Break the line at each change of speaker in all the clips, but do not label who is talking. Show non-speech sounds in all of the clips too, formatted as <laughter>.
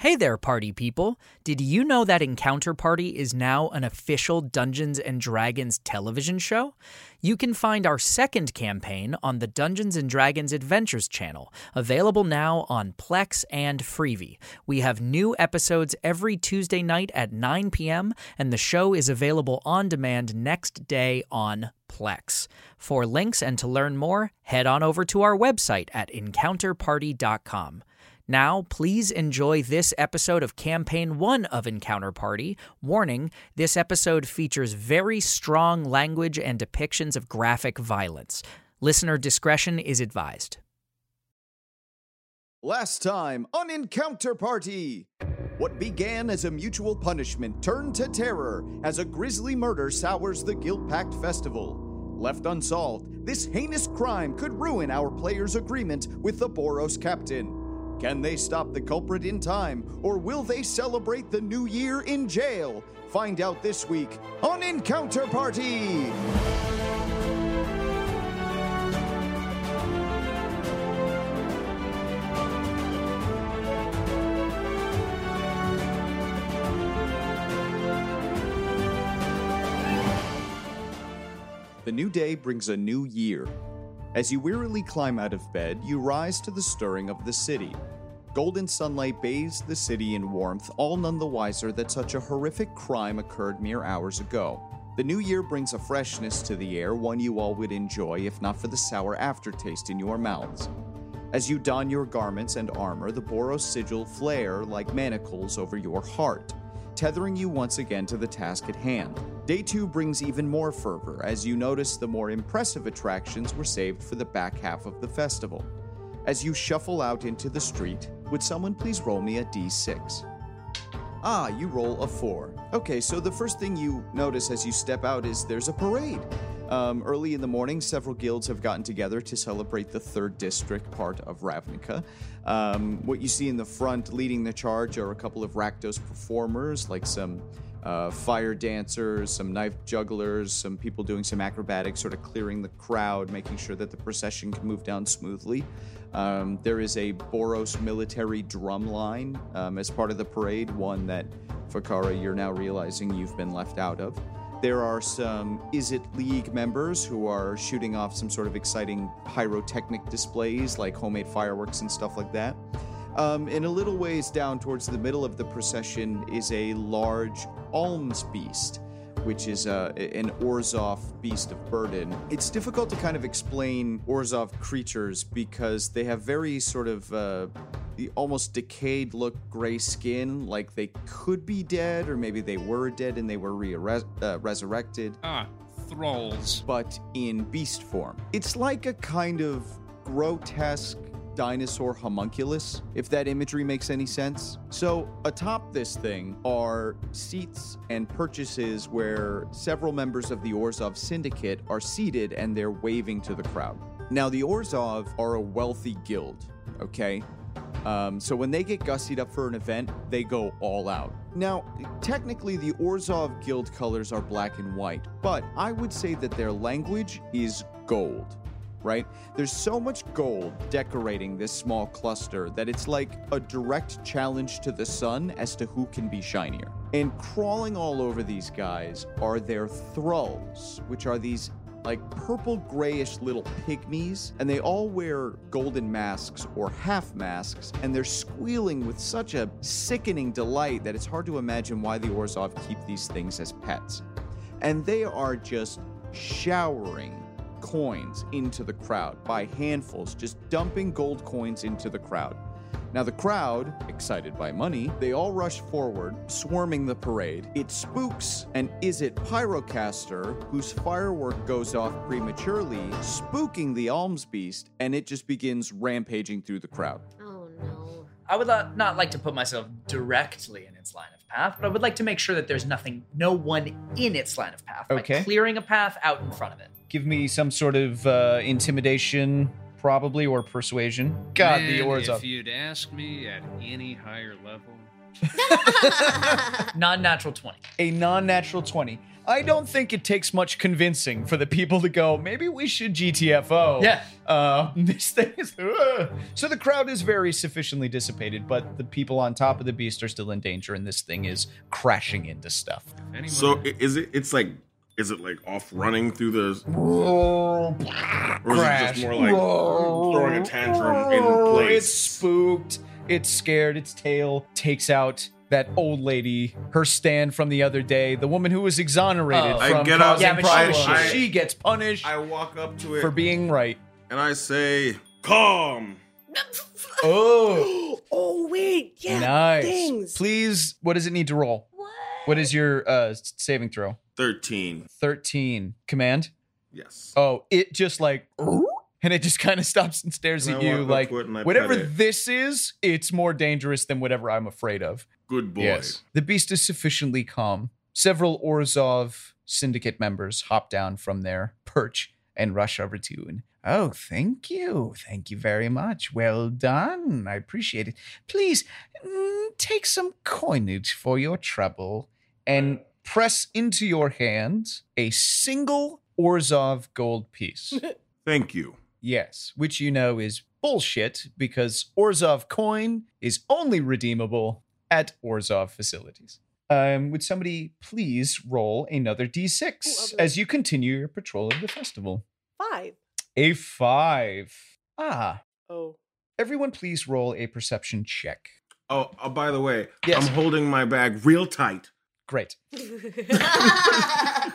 Hey there, party people! Did you know that Encounter Party is now an official Dungeons and Dragons television show? You can find our second campaign on the Dungeons and Dragons Adventures channel, available now on Plex and Freevee. We have new episodes every Tuesday night at 9 p.m., and the show is available on demand next day on Plex. For links and to learn more, head on over to our website at encounterparty.com. Now, please enjoy this episode of Campaign 1 of Encounter Party. Warning this episode features very strong language and depictions of graphic violence. Listener discretion is advised.
Last time on Encounter Party! What began as a mutual punishment turned to terror as a grisly murder sours the Guild Pact Festival. Left unsolved, this heinous crime could ruin our players' agreement with the Boros captain. Can they stop the culprit in time, or will they celebrate the new year in jail? Find out this week on Encounter Party! The new day brings a new year. As you wearily climb out of bed, you rise to the stirring of the city. Golden sunlight bathes the city in warmth, all none the wiser that such a horrific crime occurred mere hours ago. The new year brings a freshness to the air, one you all would enjoy if not for the sour aftertaste in your mouths. As you don your garments and armor, the Boros sigil flare like manacles over your heart, tethering you once again to the task at hand. Day two brings even more fervor as you notice the more impressive attractions were saved for the back half of the festival. As you shuffle out into the street, would someone please roll me a d6? Ah, you roll a four. Okay, so the first thing you notice as you step out is there's a parade. Um, early in the morning, several guilds have gotten together to celebrate the third district part of Ravnica. Um, what you see in the front leading the charge are a couple of Rakdos performers, like some uh, fire dancers, some knife jugglers, some people doing some acrobatics, sort of clearing the crowd, making sure that the procession can move down smoothly. Um, there is a Boros military drum line um, as part of the parade, one that, Fakara, you're now realizing you've been left out of. There are some Is It League members who are shooting off some sort of exciting pyrotechnic displays, like homemade fireworks and stuff like that. Um, in a little ways down towards the middle of the procession is a large alms beast, which is uh, an Orzov beast of burden. It's difficult to kind of explain Orzov creatures because they have very sort of uh, the almost decayed look, gray skin, like they could be dead, or maybe they were dead and they were re- uh, resurrected,
Ah, thralls.
but in beast form. It's like a kind of grotesque dinosaur homunculus, if that imagery makes any sense. So, atop this thing are seats and purchases where several members of the Orzov Syndicate are seated and they're waving to the crowd. Now, the Orzov are a wealthy guild, okay? Um, so when they get gussied up for an event, they go all out. Now, technically, the Orzov guild colors are black and white, but I would say that their language is gold right? There's so much gold decorating this small cluster that it's like a direct challenge to the sun as to who can be shinier. And crawling all over these guys are their thralls, which are these like purple grayish little pygmies, and they all wear golden masks or half masks, and they're squealing with such a sickening delight that it's hard to imagine why the Orzov keep these things as pets. And they are just showering coins into the crowd by handfuls, just dumping gold coins into the crowd. Now, the crowd, excited by money, they all rush forward, swarming the parade. It spooks an Is It Pyrocaster whose firework goes off prematurely, spooking the alms beast, and it just begins rampaging through the crowd.
Oh no.
I would not, not like to put myself directly in its line of path, but I would like to make sure that there's nothing, no one in its line of path. by
Okay.
clearing a path out in front of
<laughs>
it.
Give me some sort of uh, intimidation, probably, or persuasion. God, the
Man,
oars
If
up.
you'd asked me at any higher level,
Non natural 20. <gasps>
A non natural 20.
I don't think it takes much convincing for the people to go, maybe we should GTFO.
Yeah.
Uh, <laughs> this thing is. Ugh. So the crowd is very sufficiently dissipated, but the people on top of the beast are still in danger, and this thing is crashing into stuff.
Anyone,
So i- is it? It's like, is it like off running through the, or is it
Crash.
just more like throwing a tantrum in
It's
place?
spooked. It's scared. Its tail takes out that old lady, her stand from the other day, the woman who was exonerated
Oh.
I
from
get up-
causing
Yeah, but she
problems.
was-
I-
she gets punished
I walk up to it
for being right.
and I say, "Calm."
<laughs>
Oh,
oh wait, yeah,
nice.
things.
Please, what does it need to roll?
What?
What is your uh s- saving throw?
Thirteen.
13. Command?
Yes.
Oh, it just like <laughs> and it just kind of stops and stares
And
at
I
you
walk up
like
to it and I pet
whatever
it.
this is, it's more dangerous than whatever I'm afraid of.
Good boy.
The beast is sufficiently calm. Several Orzov syndicate members hop down from their perch and rush over to you and Oh, thank you. Thank you very much. Well done. I appreciate it. Please mm, take some coinage for your trouble and press into your hand a single Orzov gold piece.
Thank you.
Yes, which you know is bullshit because Orzov coin is only redeemable at Orzov facilities. Um, would somebody please roll another d6
Ooh, I'll do
as you continue your patrol of the festival?
Five.
A five. Ah,
Oh.
everyone, please roll a perception check.
Oh, oh, by the way,
Yes.
I'm holding my bag real tight.
Great.
<laughs>
That's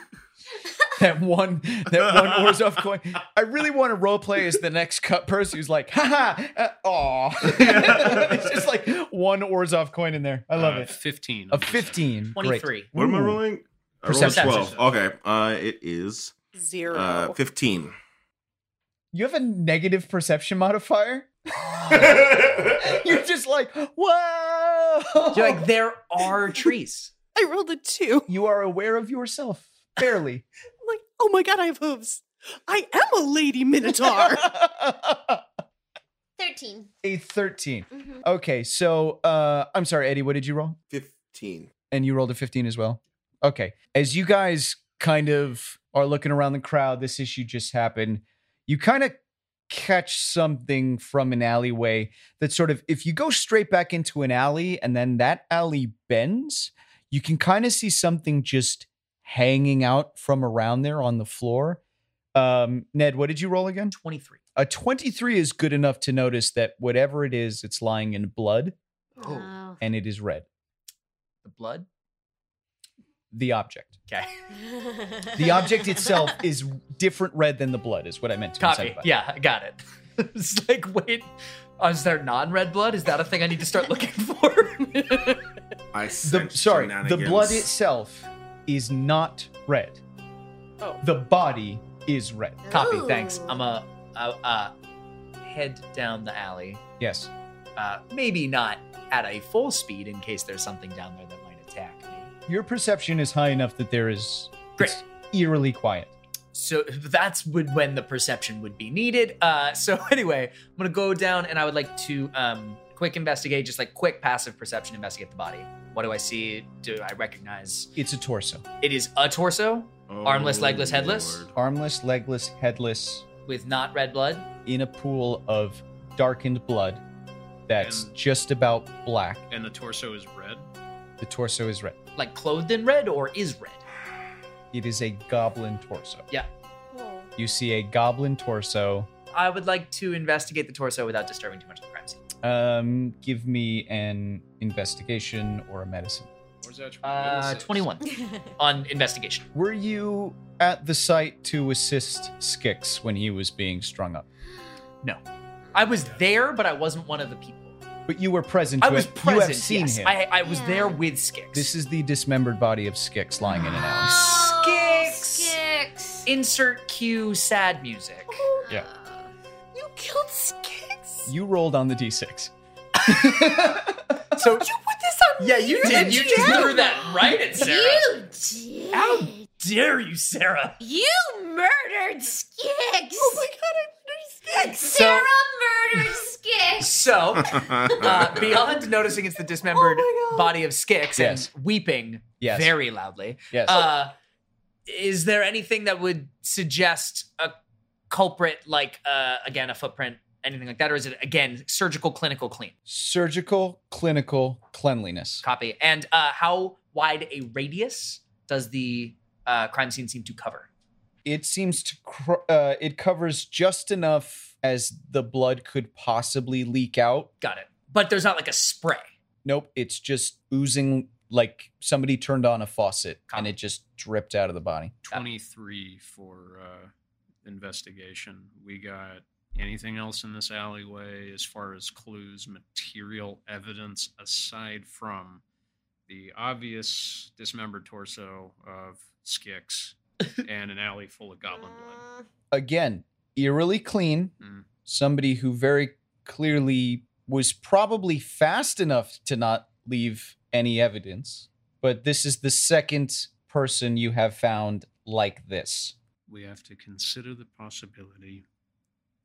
That one, that one Orzov coin. I really want to roleplay as the next cut person who's like, haha, uh,
<laughs>
aw. it's just like one Orzov coin in there. I love
uh,
it.
Fifteen.
A 15. Great.
23.
What am I
Ooh.
rolling? I rolled
Perception.
twelve. Okay. Uh, it is
Zero.
uh fifteen.
You have a negative
<laughs>
perception modifier? You're just like, whoa!
You're like, there
<laughs>
are trees.
I rolled a two.
you are aware of yourself.
<laughs>
Barely.
I'm like, oh my god, I have hooves. I am a lady <laughs> minotaur.
Thirteen.
a 13.
Mm-hmm.
Okay, so uh I'm sorry, Eddie, what did you roll?
Fifteen.
And you rolled a 15 as well? Okay. As you guys kind of are looking around the crowd, this issue just happened. You kind of catch something from an alleyway that sort of, if you go straight back into an alley and then that alley bends, you can kind of see something just hanging out from around there on the floor. Um, Ned, what did you roll again?
23.
A 23 is good enough to notice that whatever it is, it's lying in blood
Oh.
and it is red.
The blood.
The object.
Okay.
The object itself is different red than the blood, is what I meant to
Copy.
incentivize.
Yeah, I got it. <laughs> it's like, wait, is there non red blood? Is that a thing I need to start looking for?
I
The,
sense
sorry, the
shenanigans.
blood itself is not red.
Oh.
The body is red. <laughs>
Copy.
Ooh.
Thanks. I'm a, uh, uh, head down the alley.
Yes.
Uh, maybe not at a full speed in case there's something down there that might attack me.
Your perception is high enough that there is
Great.
it's eerily quiet.
So that's would when the perception would be needed. Uh, so <laughs> anyway, I'm gonna go down and I would like to um, quick investigate, just like quick passive perception, investigate the body. What do I see? Do I recognize?
It's a torso.
It is a torso
Oh,
Armless, legless, headless?
Lord.
Oh, Armless, legless, headless,
with not red blood.
in a pool of darkened blood that's
And-
just about black.
and the torso Oh, is red.
The torso is red.
like clothed in red or is red.
It is a goblin torso.
Hmm.
Oh.
You see a goblin torso
I would like to investigate the torso without disturbing too much of the crime scene.
Um, give me an investigation or a medicine.
Where's that?
Uh,
<laughs>
21 on investigation.
Were you at the site to assist Skix when he was being strung up?
I was there, but I wasn't one of the people.
But you were present.
I
to
was
it.
present.
You have seen
yes.
him.
I, I was
Yeah.
there with Skix.
This is the dismembered body of Skix lying in an alley.
Oh,
Skicks.
Skicks.
insert cue sad music.
Yeah.
Oh, you killed Skix.
You rolled on the d6.
So
You put this on
yeah, you did. You just threw that right at Sarah.
You did.
How dare you, Sarah?
You murdered Skicks.
Oh my god, I murdered Skix.
Sarah murdered Skicks.
So. <laughs> Uh, beyond noticing it's the dismembered
Oh my God.
body of Skix
Yes.
and weeping
Yes.
very loudly,
Yes.
uh, is there anything that would suggest a culprit, like uh, again a footprint, anything like that, or is it again surgical clinical clean?
Surgical clinical cleanliness.
Copy. And uh, how wide a radius does the uh, crime scene seem to cover?
It seems to cr- uh, it covers just enough as the blood could possibly leak out.
Got it. But there's not like a spray.
Nope, it's just oozing like somebody turned on a faucet and it just dripped out of the body.
23 for uh, investigation. We got anything else in this alleyway as far as clues, material evidence aside from the obvious dismembered torso of
<laughs>
Skix and an alley full of goblin blood.
Again, eerily clean.
Mm.
Somebody who very clearly was probably fast enough to not leave any evidence. But this is the second person you have found like this.
We have to consider the possibility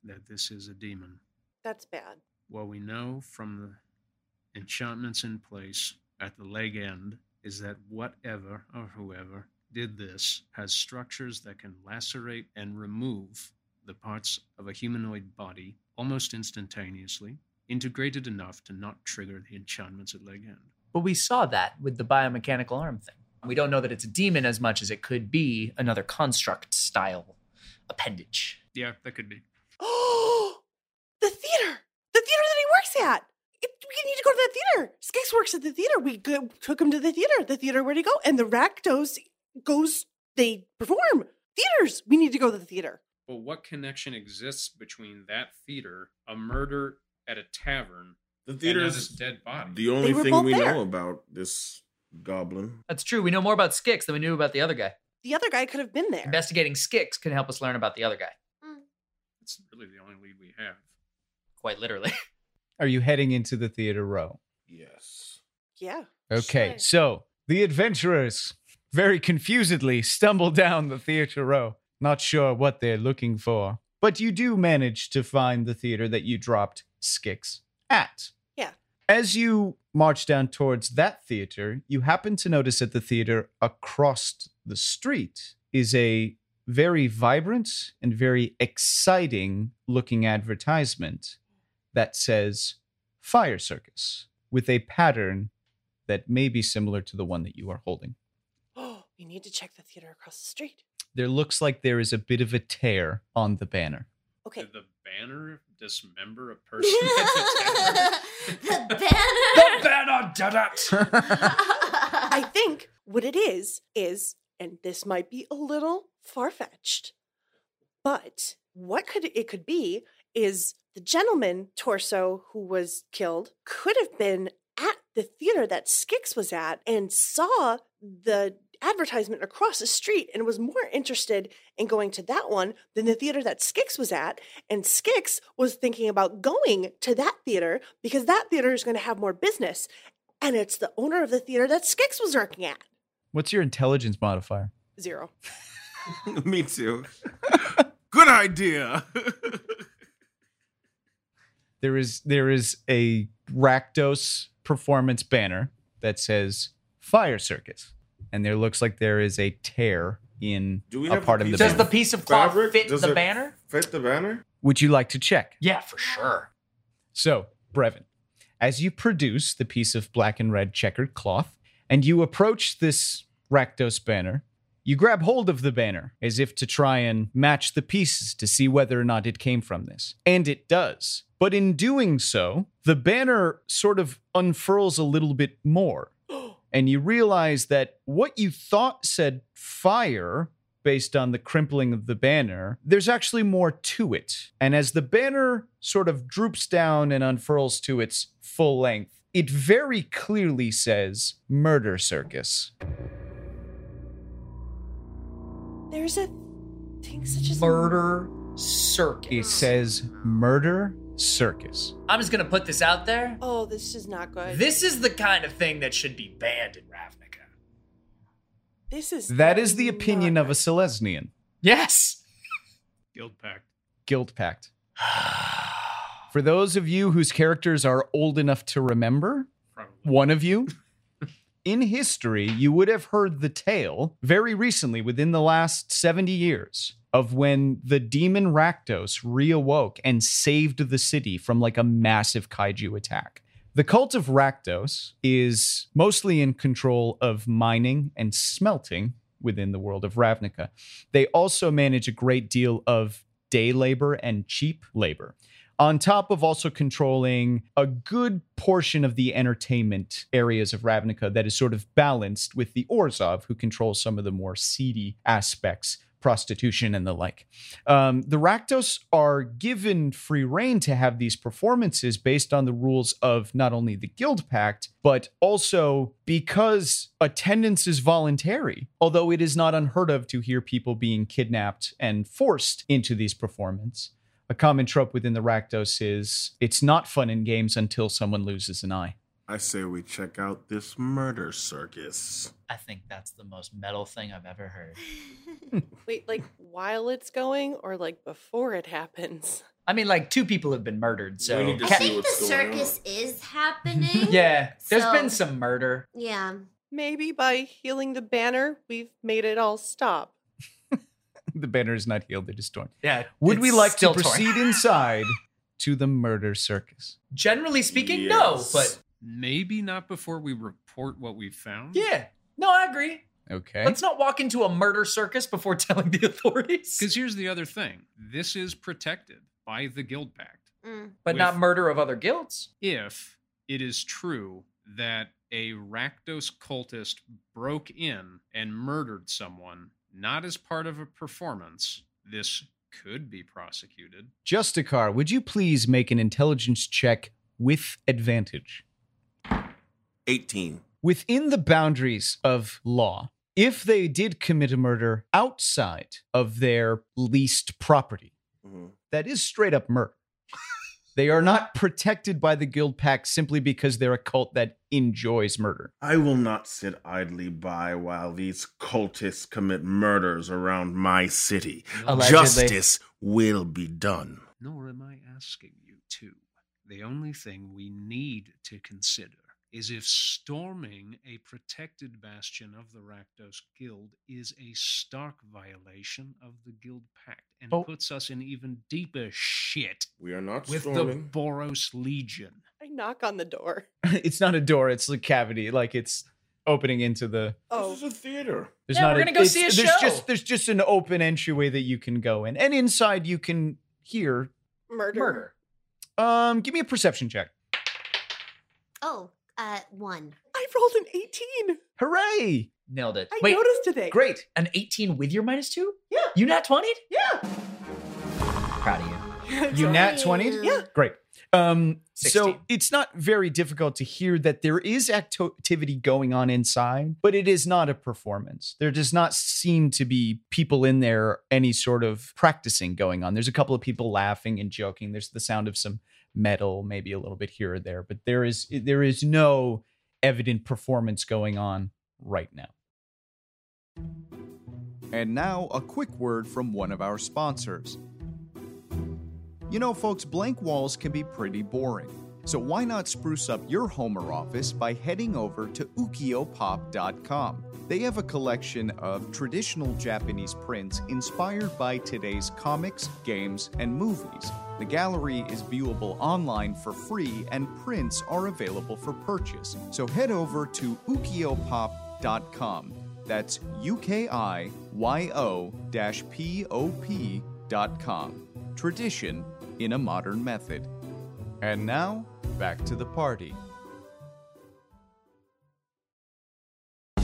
that this is a demon.
That's bad.
What we know from the enchantments in place at the leg end is that whatever or whoever did this has structures that can lacerate and remove the parts of a humanoid body almost instantaneously, integrated enough to not trigger the enchantments at leg end.
But we saw that with the biomechanical arm thing. We don't know that it's a demon as much as it could be another construct style appendage.
Yeah, that could be.
Oh, <gasps> the theater. The theater that he works at. It, we need to go to that theater. Skix works at the theater. We go, took him to the theater. The theater, where'd he go? And the Rakdos goes, they perform. Theaters. We need to go to the theater.
Well, what connection exists between that theater, a murder at a tavern,
The
and
theater
now
is
this dead body?
the only
were
thing
both
we
there.
know about this goblin.
That's true. We know more about Skix than we knew about the other guy.
The other guy could have been
<gasps>
there.
Investigating Skix can help us learn about the other guy,
Hmm.
That's really the only lead we have.
quite literally. <laughs>
Are you heading into the theater row?
Yes.
yeah.
Okay,
Sure.
so the adventurers very confusedly stumble down the theater row, not sure what they're looking for. But you do manage to find the theater that you dropped Skix at.
Yeah.
As you march down towards that theater, you happen to notice that the theater across the street is a very vibrant and very exciting looking advertisement that says Fire Circus with a pattern that may be similar to the one that you are holding.
Oh, we need to check the theater across the street.
There looks like there is a bit of a tear on the banner.
Okay.
Did the banner dismember a
<laughs>
person at
the
<laughs>
banner.
the banner did it! <laughs>
I think what it is is, and this might be a little far fetched, but what could it could be is the gentleman torso who was killed could have been at the theater that Skix was at and saw the advertisement across the street and was more interested in going to that one than the theater that Skix was at and Skix was thinking about going to that theater because that theater is going to have more business and it's the owner of the theater that Skix was working at.
What's your intelligence modifier?
Zero.
<laughs> Me too. Good idea.
There is there is a Rakdos performance banner that says Fire Circus, and there looks like there is a tear in
Do we
a
have
part
the
of the
piece
Does
of
banner.
the piece of cloth
Fabric?
fit
Does
the
it-
banner?
Fit the banner?
Would you like to check?
Yeah, for sure.
So, Brevin, as you produce the piece of black and red checkered cloth and you approach this Rakdos banner, you grab hold of the banner as if to try and match the pieces to see whether or not it came from this. And it does. But in doing so, the banner sort of unfurls a little bit more. And you realize that what you thought said fire based on the crimpling of the banner, there's actually more to it. And as the banner sort of droops down and unfurls to its full length, it very clearly says Murder Circus.
There's a thing such as
Murder
It
circus.
says Murder Circus.
I'm just gonna put this out there.
Oh, this is not good.
This is the kind of thing that should be banned in Ravnica.
This is
That is the opinion
not
of a
good.
Silesnian.
Yes.
Guild Pact.
Guild Pact. <sighs> For those of you <laughs> whose characters are old enough to remember,
Probably.
one of you, in history, you would have heard the tale very recently within the last 70 years of when the demon Rakdos reawoke and saved the city from like a massive kaiju attack. The cult of Rakdos is mostly in control of mining and smelting within the world of Ravnica. They also manage a great deal of day labor and cheap labor on top of also controlling a good portion of the entertainment areas of Ravnica that is sort of balanced with the Orzov, who controls some of the more seedy aspects, prostitution and the like. Um, the Rakdos are given free reign to have these performances based on the rules of not only the Guild Pact, but also because attendance is voluntary, although it is not unheard of to hear people being kidnapped and forced into these performances a common trope within the Rakdos is it's not fun in games until someone loses an eye. <laughs>
I say we check out this murder circus.
I think that's the most metal thing I've ever heard.
Wait, like while it's going or like before
<laughs>
it happens?
I mean, like two people have been murdered, so
We need to
I
Ca-
see
think the
what's going
circus is
<laughs>
happening.
<laughs> yeah, there's
So-
been some murder.
Yeah.
Maybe by healing the banner, we've made it all stop.
the banner is not healed, it is torn.
Yeah,
Would we
it's
like to
still torn.
proceed inside to the murder circus?
Generally speaking, no,
Yes.
but
Maybe not before we report what we found.
yeah, no, I agree.
Okay.
Let's not walk into a murder circus before <laughs> telling the authorities.
Because here's the other thing this is protected by the Guild Pact.
Hmm.
Mm.
But not
with-
murder of other guilds.
If it is true that a Rakdos cultist broke in and murdered someone, not as part of a performance, this could be prosecuted.
Justicar, would you please make an intelligence check with advantage?
18.
Within the boundaries of law, if they did commit a murder outside of their leased property,
Mhm.
that is straight up murder. <laughs> they are not protected by the guild pact simply because they're a cult that enjoys murder.
I will not sit idly by while these cultists commit murders around my city.
Allegedly.
Justice will be done.
Nor am I asking you to. The only thing we need to consider is if storming a protected bastion of the Rakdos Guild is a stark violation of the Guild Pact and
Oh.
puts us in even deeper shit
We are not
with
storming.
the Boros Legion.
I knock on the door.
<laughs> it's not a door, it's a cavity. Like it's opening into the
Oh,
This is a theater.
there's
Yeah,
not
we're
a-
gonna go
it's-
see a
there's
show.
just there's just an open entryway that you can go in. And inside you can hear
murder.
Murder.
um give me a perception check.
Oh, uh, one.
I rolled an 18.
Hooray!
Nailed it.
I
Wait,
noticed today.
Great.
an 18 with your minus two?
Yeah.
You nat 20?
Yeah.
Proud of you. <laughs>
You nat 20?
Yeah.
Great. Um,
16.
so it's not very difficult to hear that there is acto- activity going on inside, but it is not a performance. There does not seem to be people in there, any sort of practicing going on. There's a couple of people laughing and joking. There's the sound of some metal, maybe a little bit here or there, but there is there is no evident performance going on right now.
And now, a quick word from one of our sponsors. You know, folks, blank walls can be pretty boring. So why not spruce up your home or office by heading over to ukiopop.com? They have a collection of traditional Japanese prints inspired by today's comics, games, and movies. The gallery is viewable online for free, and prints are available for purchase. So head over to ukiopop.com. That's U K I Y O P O P.com tradition in a modern method. And now, back to the party.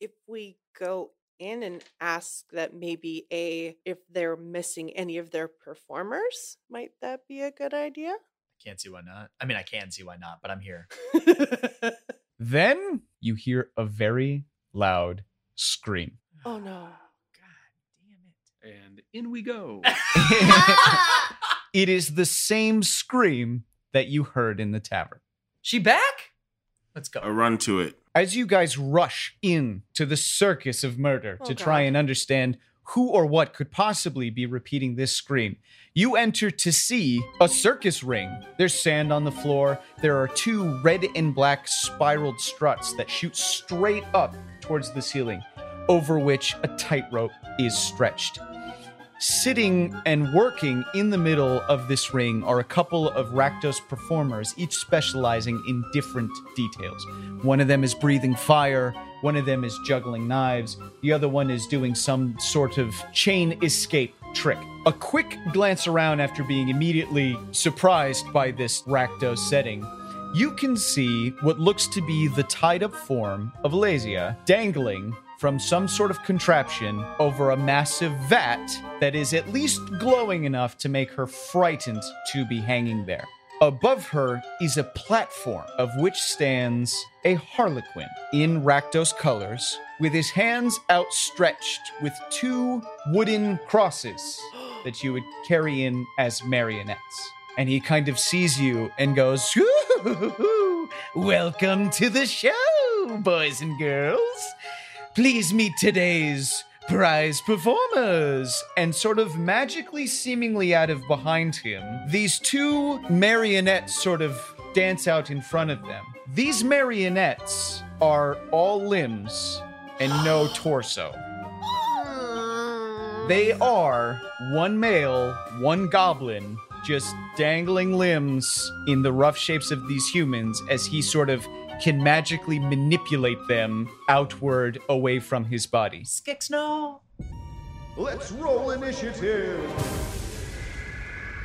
If we go in and ask that maybe a if they're missing any of their performers, might that be a good idea?
Can't see why not. I mean, I can see why not, but I'm here.
Then you hear a very loud
<laughs>
scream.
Oh no.
And in we
<laughs>
go. <laughs>
It is the same scream that you heard in the tavern.
She back? Let's go.
I run to it.
As you guys rush in to the circus of murder
Oh,
to try
God.
and understand who or what could possibly be repeating this scream, you enter to see a circus ring. There's sand on the floor. There are two red and black spiraled struts that shoot straight up towards the ceiling, over which a tightrope is stretched. Sitting and working in the middle of this ring are a couple of Rakdos performers, each specializing in different details. One of them is breathing fire, one of them is juggling knives, the other one is doing some sort of chain escape trick. A quick glance around after being immediately surprised by this Rakdos setting, you can see what looks to be the tied up form of Lazia dangling from some sort of contraption over a massive vat that is at least glowing enough to make her frightened to be hanging there. Above her is a platform of which stands a harlequin in Rakdos colors with his hands outstretched with two wooden crosses that you would carry in as marionettes. And he kind of sees you and goes, "Ooh, Welcome to the show, boys and girls. Please meet today's prize performers. And sort of magically, seemingly out of behind him, these two marionettes sort of dance out in front of them. These marionettes are all limbs and no torso. They are one male, one goblin, just dangling limbs in the rough shapes of these humans as he sort of can magically manipulate them outward away from his body.
Skix, no.
Let's roll initiative.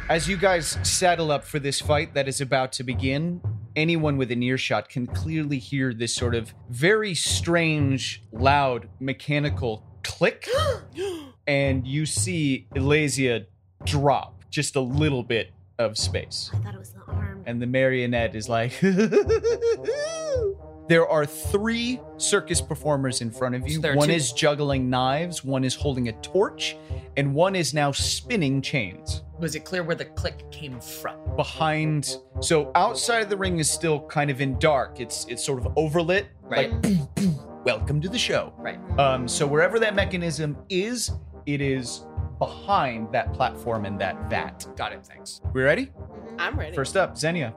As you guys saddle up for this fight that is about to begin, anyone with an earshot can clearly hear this sort of very strange, loud, mechanical click.
<gasps>
and you see Elasia drop just a little bit of space.
I thought it was the arm.
And the marionette is like. <laughs> there are three circus performers in front of you.
So there are
one
two-
is juggling knives, one is holding a torch, and one is now spinning chains
Was it clear where the click came from?
behind so outside of the ring is still kind of in dark it's it's sort of overlit
Right.
like boom, boom, welcome to the show
Right.
um so wherever that mechanism is it is behind that platform and that vat
Got it. Thanks.
we ready
Mhm.
I'm ready.
first up xenia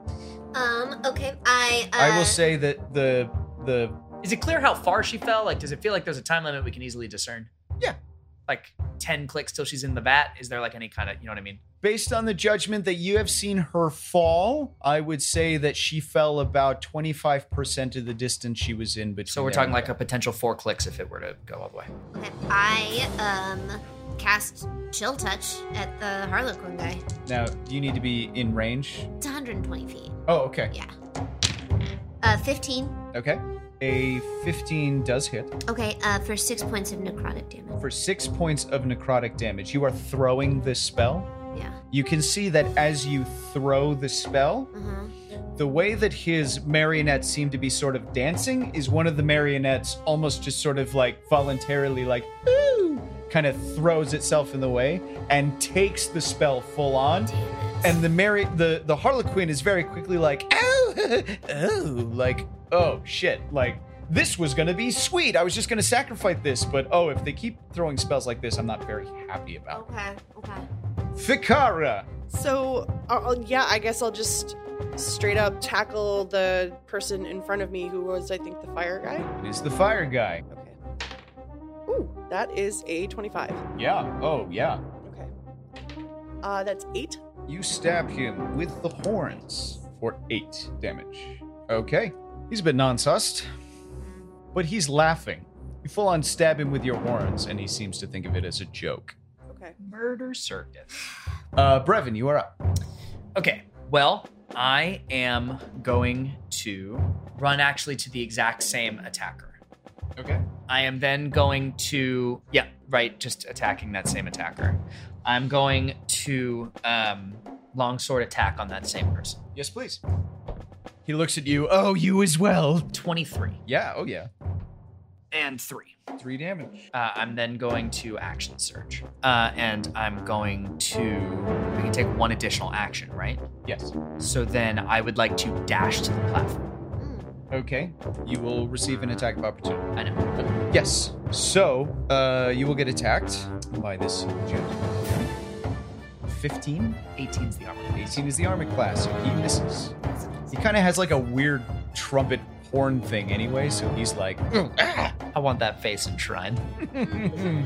Um. Okay. I. Uh,
i will say that the the
Is it clear how far she fell? Like, does it feel like there's a time limit we can easily discern?
Yeah.
Like ten clicks till she's in the vat. Is there like any kind of you know what I mean?
based on the judgment that you have seen her fall i would say that she fell about 25% of the distance she was in between
So we're
there
talking
and
like
there.
a potential four clicks if it were to go all the way.
Okay. I um cast chill touch at the Harlequin guy.
now you need to be in range
It's 120 feet.
oh okay
Yeah. Uh, 15.
Okay. A 15 does hit
Okay. Uh, for six points of necrotic damage.
for six points of necrotic damage. You are throwing this spell.
Yeah.
You can see that as you throw the spell,
Uh-huh.
the way that his marionettes seem to be sort of dancing is one of the marionettes almost just sort of like voluntarily, like, ooh, kind of throws itself in the way and takes the spell full on. And the Mary, the the Harlequin is very quickly like, oh, <laughs> oh, like, oh shit, like this was gonna be sweet. I was just gonna sacrifice this, but oh, if they keep throwing spells like this, I'm not very happy about.
Okay. Okay.
Fikara,
So, i I'll- yeah, I guess I'll just straight up tackle the person in front of me who was, I think, the fire guy.
it is the fire guy.
Okay. Ooh, that is a 25.
Yeah. Oh yeah.
Okay. Uh, that's eight.
You stab him with the horns for eight damage. Okay. He's a bit non-sussed, but he's laughing. You full on stab him with your horns, and he seems to think of it as a joke.
Okay.
Murder circus.
Uh, Brevin, you are up.
Okay. Well, I am going to run actually to the exact same attacker.
Okay.
I am then going to yeah, right, just attacking that same attacker. I'm going to um longsword attack on that same person.
Yes, please. He looks at you. Oh, you as well.
23
Yeah. Oh, yeah.
and 3.
Three damage.
Uh, I'm then going to action search. Uh, and I'm going to. We can take one additional action, right?
Yes.
So then I would like to dash to the platform.
Mm.
Okay. You will receive an attack of opportunity.
I know.
Yes. So, uh, you will get attacked by this gentleman. 15?
18's the armor.
18 is the armor class, so he misses.
That's-
He kind of has like a weird trumpet horn thing anyway, so he's like, "Ugh, ah."
I want that face enshrined.
Hmm.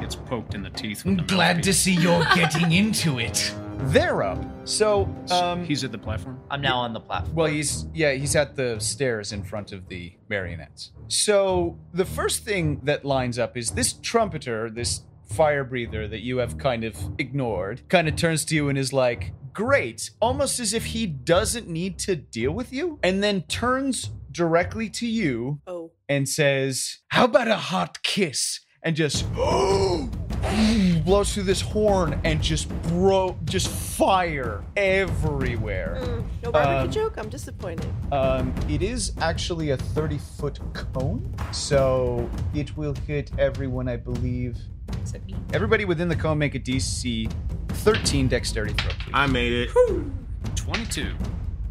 Gets poked in the teeth.
I'm
With the mouthpiece.
see
<laughs>
you're getting into it. They're up. So, um,
He's at the platform.
I'm now on the platform.
Well, he's yeah, he's at the stairs in front of the marionettes. So the first thing that lines up is this trumpeter, this fire breather that you have kind of ignored, kind of turns to you and is like, "Great," almost as if he doesn't need to deal with you, and then turns directly to you
Oh,
and says, "How about a hot kiss?" and
<gasps>
just <gasps> blows through this horn and just bro, just fire everywhere.
Mm, no barbecue
Um,
joke. I'm disappointed.
Um, it is actually a 30 foot cone, so it will hit everyone, I believe.
Except me.
Everybody within the cone make a DC 13 dexterity throw. please.
I made it.
22.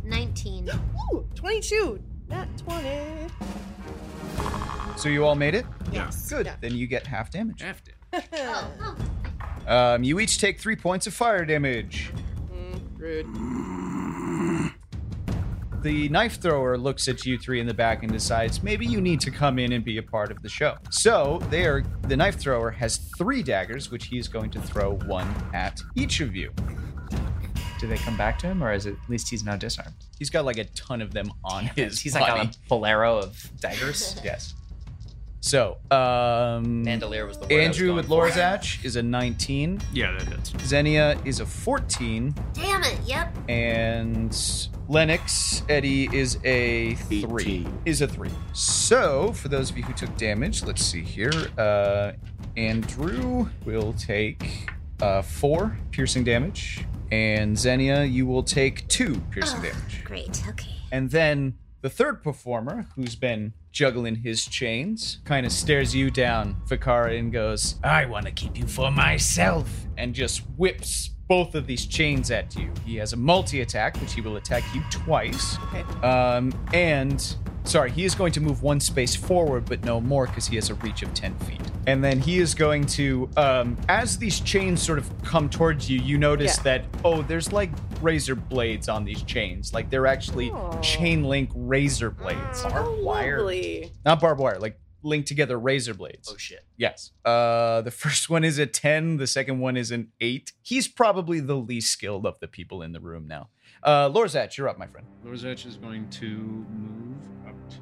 19.
<gasps> Ooh, 22, not 20.
So you all made it?
Yes.
Good.
Yeah.
Then you get half damage.
After.
Oh,
<laughs>
oh.
Um, you each take three points of fire damage.
Rude.
The knife thrower looks at you three in the back and decides maybe you need to come in and be a part of the show. So they are the knife thrower has three daggers, which he's going to throw one at each of you.
Do they come back to him, or is it at least he's now disarmed?
He's got like a ton of them
<laughs>
on his.
He's
body.
like on a bolero of daggers.
<laughs> Yes. So, um,
Mandalier was the word I was
Andrew
going
with
for.
Lorazach is a 19.
Yeah, that hits.
Xenia is a 14.
Damn it. Yep.
And Lennox Eddie is a 3.
18.
Is a 3. So, for those of you who took damage, let's see here. Uh, Andrew will take uh, 4 piercing damage. And Xenia, you will take 2 piercing
Ugh. Ah,
damage.
Great. Okay.
And then the third performer, who's been juggling his chains, kind of stares you down, Fakara, and goes, I want to keep you for myself. And just whips both of these chains at you. He has a multi attack, which he will attack you twice.
Okay.
Um, and. Sorry, he is going to move one space forward, but no more because he has a reach of 10 feet. And then he is going to, um, as these chains sort of come towards you, you notice
Yeah.
that, oh, there's like razor blades on these chains. Like they're actually
Oh.
chain link razor blades.
How lovely.
Not barbed wire, like linked together razor blades.
Oh shit.
Yes. Uh, the <laughs> first one is a 10, the second one is an 8. He's probably the least skilled of the people in the room now. Uh, Lorzat, you're up, my friend.
Lorzech is going to move up to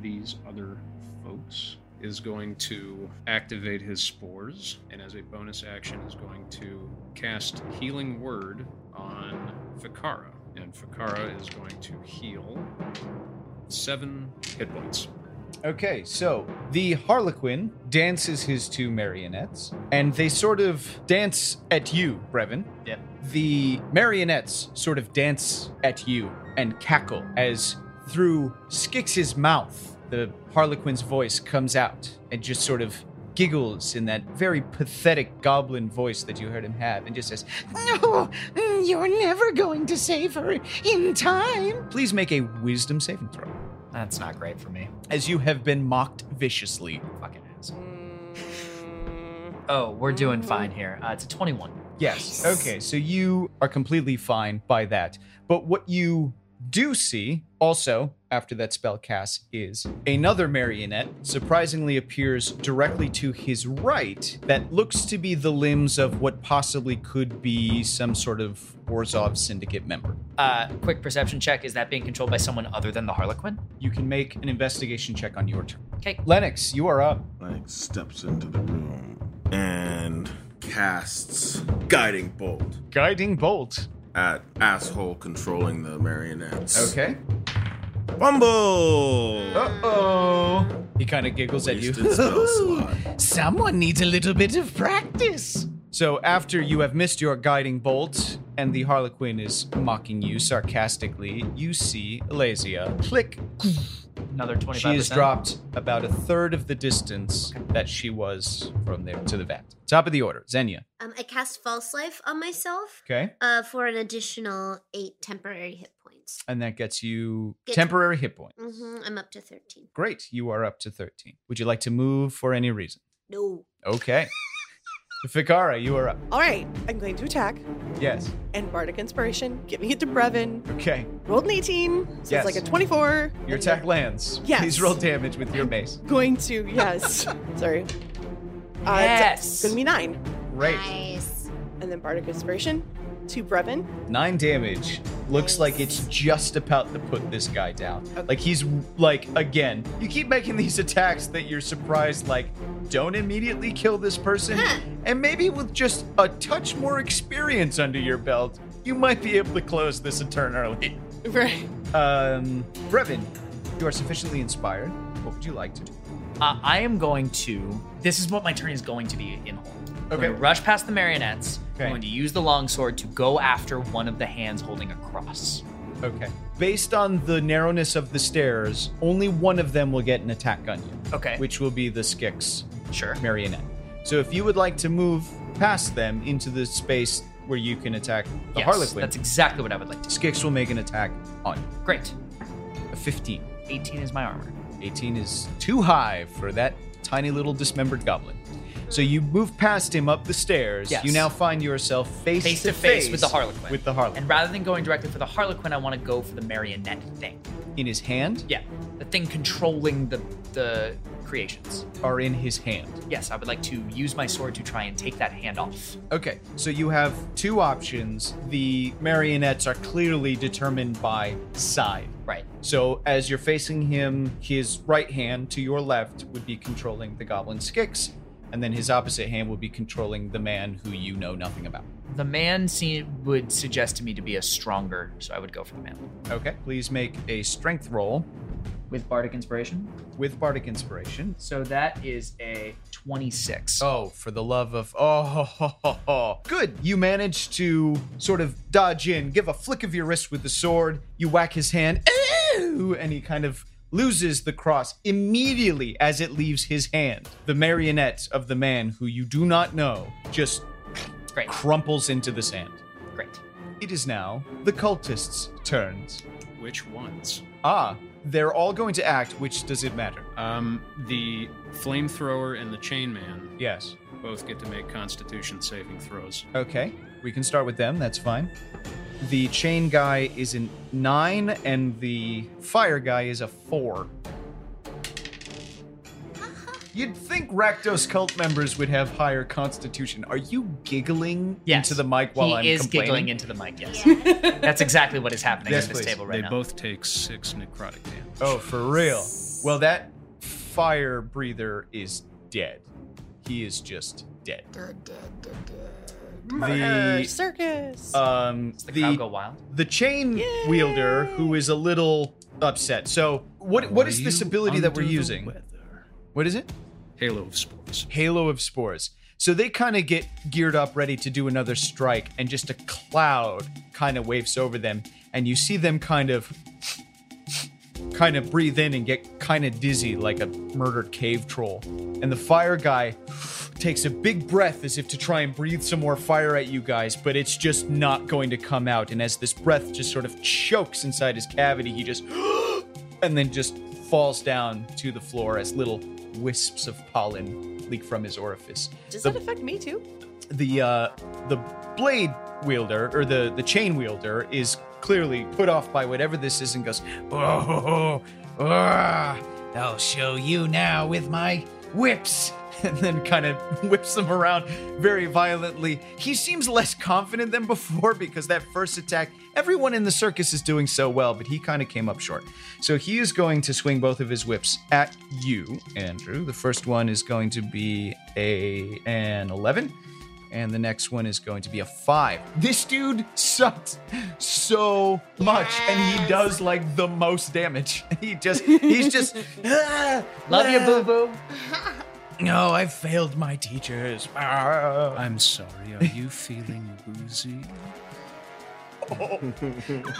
these other folks. Is going to activate his spores, and as a bonus action, is going to cast Healing Word on Fakara. And Fakara is going to heal seven hit points.
Okay, so the Harlequin dances his two marionettes, and they sort of dance at you, Brevin.
Yep.
The marionettes sort of dance at you and cackle as through Skix's mouth, the Harlequin's voice comes out and just sort of giggles in that very pathetic goblin voice that you heard him have and just says, No, Mm, you're never going to save her in time. Please make a wisdom saving throw
That's not great for me.
as you have been mocked viciously.
Fucking ass.
Mm,
Oh, we're doing fine here. Uh, it's a 21.
Yes. Okay, so you are completely fine by that. But what you do see also after that spell cast is another marionette surprisingly appears directly to his right that looks to be the limbs of what possibly could be some sort of Orzov syndicate member.
Uh, quick perception check. Is that being controlled by someone other than the Harlequin?
You can make an investigation check on your turn.
Okay.
Lennox, you are up.
Like steps into the room and casts guiding bolt
Guiding bolt.
at asshole controlling the marionettes.
Okay.
Bumble.
Uh-oh. He kind <laughs> of giggles at you.
Wasted spell
<laughs>
slot.
Someone needs a little bit of practice. So after you have missed your guiding bolt, and the Harlequin is mocking you sarcastically, you see Elasia. Click.
Another 25%.
She has dropped about a third of the distance that she was from there to the vat. Top of the order, Xenia.
Um, I cast False Life on myself
Okay.
uh, for an additional eight temporary hit points.
And that gets you
Get-
temporary hit points.
hmm I'm up to 13.
Great. You are up to 13. Would you like to move for any reason?
No.
Okay. Fikara, you are up.
All right, I'm going to attack
Yes.
and Bardic Inspiration, giving it to Brevin.
Okay.
Rolled an 18, so
Yes.
it's like a 24.
Your
And
attack lands.
Yes.
Please roll damage with your mace.
I'm Going to, <laughs> yes. Sorry. Uh,
Yes.
It's going to be nine.
Great.
Nice.
And then Bardic Inspiration to Brevin.
Nine damage. Looks like it's just about to put this guy down. Like he's like again. You keep making these attacks that you're surprised. Like, don't immediately kill this person, and maybe with just a touch more experience under your belt, you might be able to close this a turn early.
Right.
Um, Brevin, you are sufficiently inspired. What would you like to do?
Uh, I am going to. This is what my turn is going to be in whole. I'm
Okay.
going to rush past the marionettes.
Okay.
I'm going to use the longsword to go after one of the hands holding a cross.
Okay. Based on the narrowness of the stairs, only one of them will get an attack on you,
Okay.
which will be the Skix
sure.
marionette. So if you would like to move past them into the space where you can attack the
yes,
Harlequin,
That's exactly what I would like to do.
Skix will make an attack on you.
Great.
A 15.
18 is my armor.
18 is too high for that tiny little dismembered goblin. So you move past him up the stairs.
Yes.
You now find yourself face,
Face
to
to face with the Harlequin.
With the Harlequin.
And rather than going directly for the Harlequin, I want to go for the marionette thing.
in his hand
Yeah, the thing controlling the the creations.
or in his hand.
Yes, I would like to use my sword to try and take that hand off.
Okay, so you have two options. The marionettes are clearly determined by side.
Right.
So as you're facing him, his right hand to your left would be controlling the goblin's kicks, and then his opposite hand would be controlling the man who you know nothing about.
The man seem, would suggest to me to be a stronger, so I would go for the man.
Okay, please make a strength roll
With bardic inspiration.
with bardic inspiration.
So that is a 26.
Oh, for the love of oh, ho, ho, ho, ho. <laughs> good! You manage to sort of dodge in, give a flick of your wrist with the sword. You whack his hand, Ew! and he kind of loses the cross immediately as it leaves his hand. The marionette of the man who you do not know just
Great,
crumples into the sand.
great.
It is now the cultists' turns.
Which ones?
Ah, they're all going to act. Which does it matter?
Um, the flamethrower and the chainman
Yes.
both get to make Constitution saving throws.
Okay, we can start with them. That's fine. The chain guy is a nine, and the fire guy is a four.
Uh-huh.
You'd think Rakdos cult members would have higher constitution. Are you giggling
Yes.
into the mic while
he
I'm
is
complaining?
giggling into the mic, yes. That's exactly
<laughs>
what is happening
Yes,
at this
please.
table right
they
now.
both take six necrotic damage.
Oh, for real? Well, that fire breather is dead. He is just dead.
Murder
The
circus.
um
Does the, crowd go wild?
the chain wielder who is a little upset. So what what is this ability that we're using? What is it?
Halo of spores.
Halo of spores. So they kind of get geared up, ready to do another strike, and just a cloud kind of waves over them, and you see them kind of kind of breathe in and get kind of dizzy like a murdered cave troll. And the fire guy takes a big breath as if to try and breathe some more fire at you guys, but it's just not going to come out. And as this breath just sort of chokes inside his cavity, he just <gasps> and then just falls down to the floor as little wisps of pollen leak from his orifice.
Does
the-
that affect me too?
The uh, the blade wielder or the the chain wielder is clearly put off by whatever this is and goes, "Oh, ho, ho, ah, I'll show you now with my whips." <laughs> And then kind of <laughs> whips them around very violently. He seems less confident than before because that first attack, everyone in the circus is doing so well, but he kind of came up short. So he is going to swing both of his whips at you, Andrew. The first one is going to be a an 11 and the next one is going to be a five. This dude sucked so much, and he does like the most damage. <laughs> He just, he's
<laughs>
just, "Ah,
Love you,
ah,
boo boo.
No, I failed <laughs> my teachers. Ah."
I'm sorry, are you feeling woozy?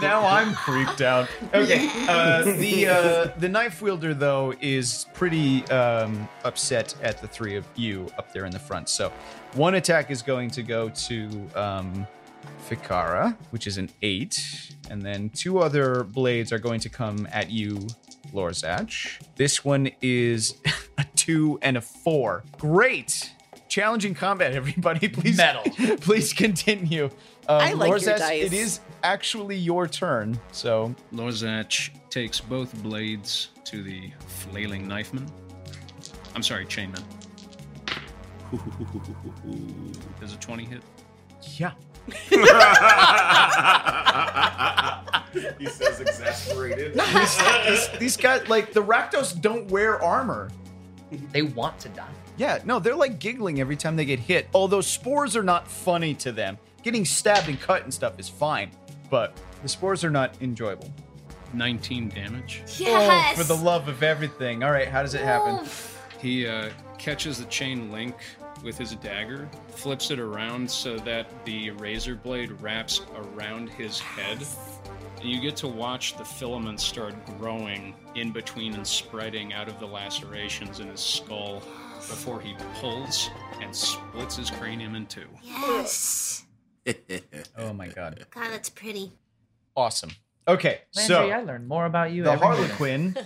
now I'm creeped out. Okay. Uh, the uh, the knife wielder though is pretty um, upset at the three of you up there in the front. So one attack is going to go to um, Fikara, which is an eight, and then two other blades are going to come at you, Lorzach. This one is <laughs> a two and a four. Great. Challenging combat, everybody. <laughs> Please
Metal.
Please continue. Um,
I like your
Lorzaz,
dice.
It is actually your turn. So
Lorzach takes both blades to the flailing knifeman. I'm sorry, chainman. <laughs> Does a 20 hit?
yeah,
<laughs> he says exasperated. <laughs>
these, these guys like the Rakdos don't wear armor.
They want to die.
Yeah, no, they're like giggling every time they get hit. Although spores are not funny to them. Getting stabbed and cut and stuff is fine, but the spores are not enjoyable.
19 damage.
Yes.
Oh, for the love of everything! All right, how does it happen?
Oof.
<sighs> He uh, catches the chain link with his dagger, flips it around so that the razor blade wraps around his head. And you get to watch the filaments start growing in between and spreading out of the lacerations in his skull before he pulls and splits his cranium in two.
Yes.
Oh my god,
God, that's <laughs> pretty.
awesome! Okay,
Landry,
so
I learned more about you.
The
every minute. <laughs>
Harlequin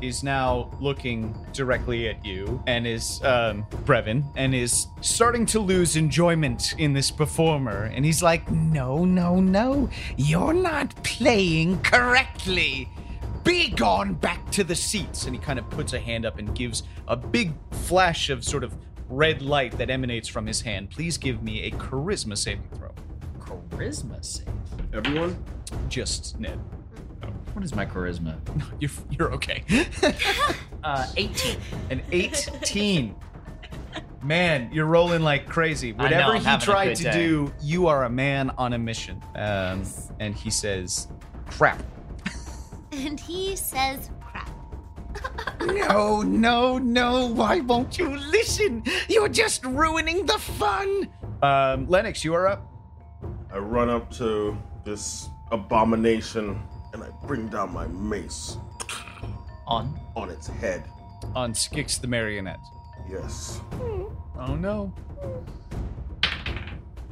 is now looking directly at you and is, um, Brevin, and is starting to lose enjoyment in this performer. And he's like, No, no, no, you're not playing correctly. Be gone back to the seats. And he kind of puts a hand up and gives a big flash of sort of red light that emanates from his hand. Please give me a charisma saving throw.
Charisma save.
Everyone?
Just Ned.
What is my charisma?
<laughs> You're, you're okay.
Uh, 18.
An 18. Man, you're rolling like crazy.
know,
Whatever
I'm
he
having a
tried
good
to
day.
do, you are a man on a mission. Um, and he says, crap.
And he says, crap.
No, no, no. Why won't you listen? You're just ruining the fun. <laughs> Um, Lennox, you are up.
I run up to this abomination and I bring down my mace
On.
on its head.
On Skix the Marionette.
Yes.
Oh, no.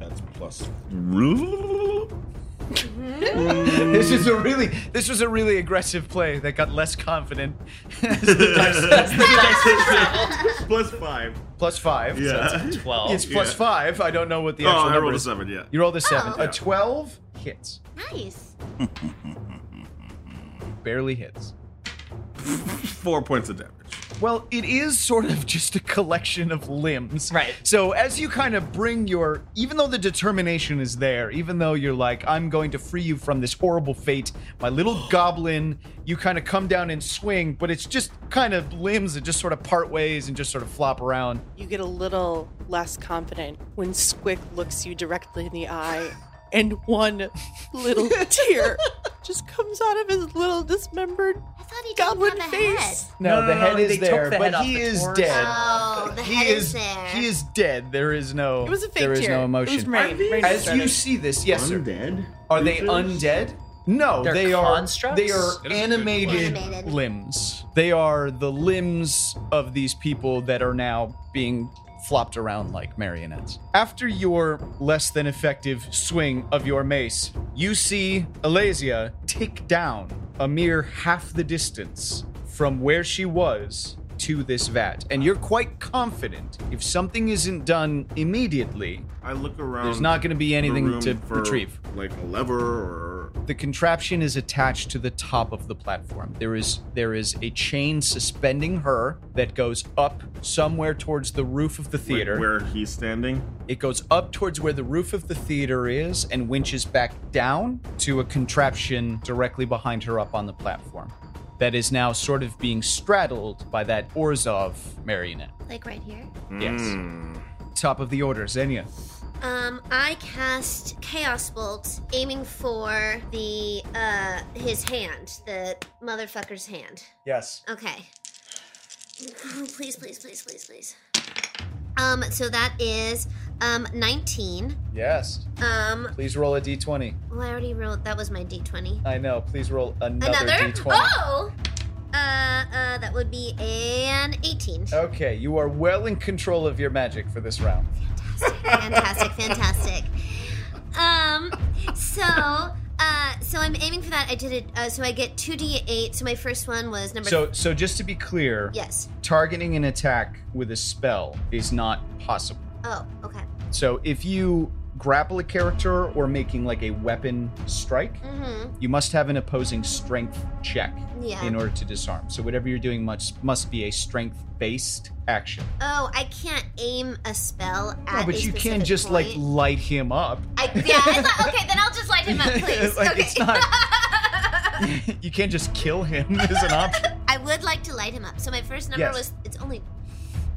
That's plus.
<laughs> This is a really, this was a really aggressive play that got less confident <laughs> as the dice-
<laughs> plus five.
plus five.
Yeah.
12.
It's plus
Yeah.
five. I don't know what the
Oh,
actual
I
number
rolled a
is.
seven, yeah.
You rolled a seven.
Oh.
A twelve hits.
Nice.
Barely hits.
Four points of damage.
Well, it is sort of <laughs> just a collection of limbs.
Right.
So as you kind of bring your even though the determination is there, even though you're like, I'm going to free you from this horrible fate, my little goblin, you kind of come down and swing, but it's just kind of limbs that just sort of part ways and just sort of flop around.
You get a little less confident when Squick looks you directly in the eye and one <laughs> little tear just comes out of his little dismembered
I thought he
Goblin
didn't have a
face.
head.
<laughs>
No, the head
they
is
took
there,
the
but
head off
he
the
is
torso.
dead.
Oh, the
he
head
is
is, there.
he is dead. There is no
It was a fake
there is
tear.
no
It was
emotion.
rain. Rain
As
started.
you see this, yes, sir.
Undead?
Are they
creatures?
undead? No,
They're
they are
constructs?
they are
That is a good
animated,
question. Animated.
limbs. They are the limbs of these people that are now being flopped around like marionettes. After your less than effective swing of your mace, you see Alasia take down a mere half the distance from where she was to this vat. And you're quite confident if something isn't done immediately,
I look around.
there's not going to be
the
anything
room
to
for,
retrieve.
Like a lever or.
The contraption is attached to the top of the platform. There is there is a chain suspending her that goes up somewhere towards the roof of the theater.
Like where he's standing.
It goes up towards where the roof of the theater is and winches back down to a contraption directly behind her up on the platform. That is now sort of being straddled by that Orzov marionette.
Like right here.
Yes.
Mm.
Top of the order, Xenia.
Um, I cast Chaos Bolt, aiming for the uh his hand, the motherfucker's hand.
Yes.
Okay. Please, please, please, please, please. Um, so that is Um, 19.
Yes.
Um,
Please roll a d20.
well, I already rolled. That was my d20.
I know. Please roll another,
Another?
d20.
Oh! Uh, uh, that would be an 18.
Okay, you are well in control of your magic for this round.
fantastic, fantastic. Um, so, uh, so I'm aiming for that. I did it. Uh, so I get two d8. So my first one was number.
So, so just to be clear,
yes.
targeting an attack with a spell is not possible.
Oh, okay.
So, if you grapple a character or making like a weapon strike,
Mm-hmm.
you must have an opposing strength check
Yeah.
in order to disarm. So, whatever you're doing must must be a strength-based action.
Oh, I can't aim a spell at.
No,
a
but you can
specific
just like
point.
light him up. <laughs>
I, yeah, I thought, okay, then I'll just light him up, please.
Like,
okay.
it's not- you can't just kill him <laughs>
<laughs>
as an option.
I would like to light him up. So my first number
Yes.
was. It's only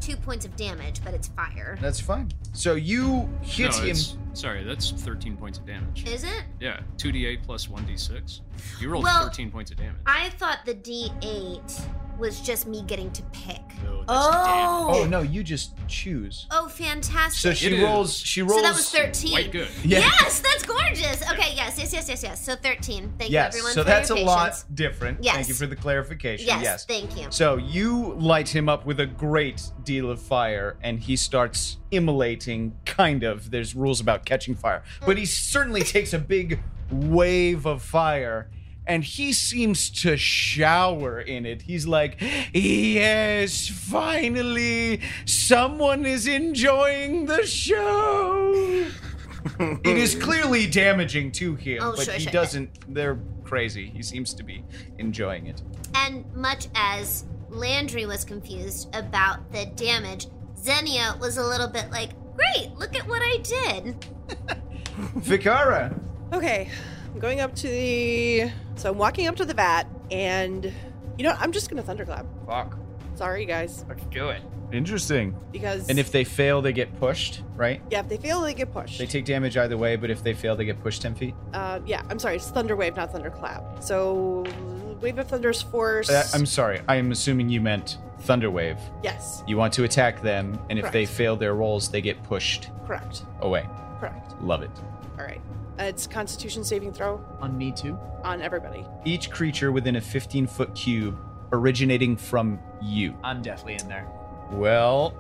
two points of damage, but it's fire.
That's fine. So you hit
no,
him.
it's- Sorry, that's 13 points of damage.
Is it?
Yeah, 2d8 plus 1d6. You rolled
Well,
13 points of damage.
I thought the D8 was just me getting to pick.
No, that's
Oh.
Oh no, you just choose.
Oh, fantastic.
So she
It is.
rolls. She rolls.
So that was 13.
Quite good.
Yeah.
Yes, that's gorgeous. Okay, yes, yes, yes, yes, yes. So 13. Thank you,
Yes.
everyone.
so
for
that's a
your
lot
patience.
different. Thank you
Yes.
for the clarification.
Yes,
Yes.
thank you.
So you light him up with a great deal of fire, and he starts immolating. Kind of. There's rules about catching fire, but
<laughs>
he certainly takes a big wave of fire. And he seems to shower in it. He's like, Yes, finally, someone is enjoying the show.
<laughs>
It is clearly damaging to him,
Oh,
but
sure,
he
sure.
doesn't. They're crazy. He seems to be enjoying it.
And much as Landry was confused about the damage, Xenia was a little bit like, great, look at what I did.
Vikara,
Okay, I'm going up to the. So I'm walking up to the vat, and you know what? I'm just gonna thunderclap.
fuck,
Sorry, guys,
Let's do it.
interesting.
because
And if they fail, they get pushed, right?
yeah, if they fail, they get pushed.
They take damage either way, but if they fail, they get pushed ten feet.
uh, yeah, I'm sorry, it's thunder wave, not thunderclap. So wave of thunder's force.
Uh, I'm sorry. I am assuming you meant Thunderwave.
yes,
You want to attack them, and if they
Correct.
fail their rolls, they get pushed
correct,
away.
correct.
Love it.
All right, uh, it's Constitution saving throw
On me too.
on
<laughs>
everybody.
Each creature within a 15 foot cube originating from you.
I'm definitely in there.
Well,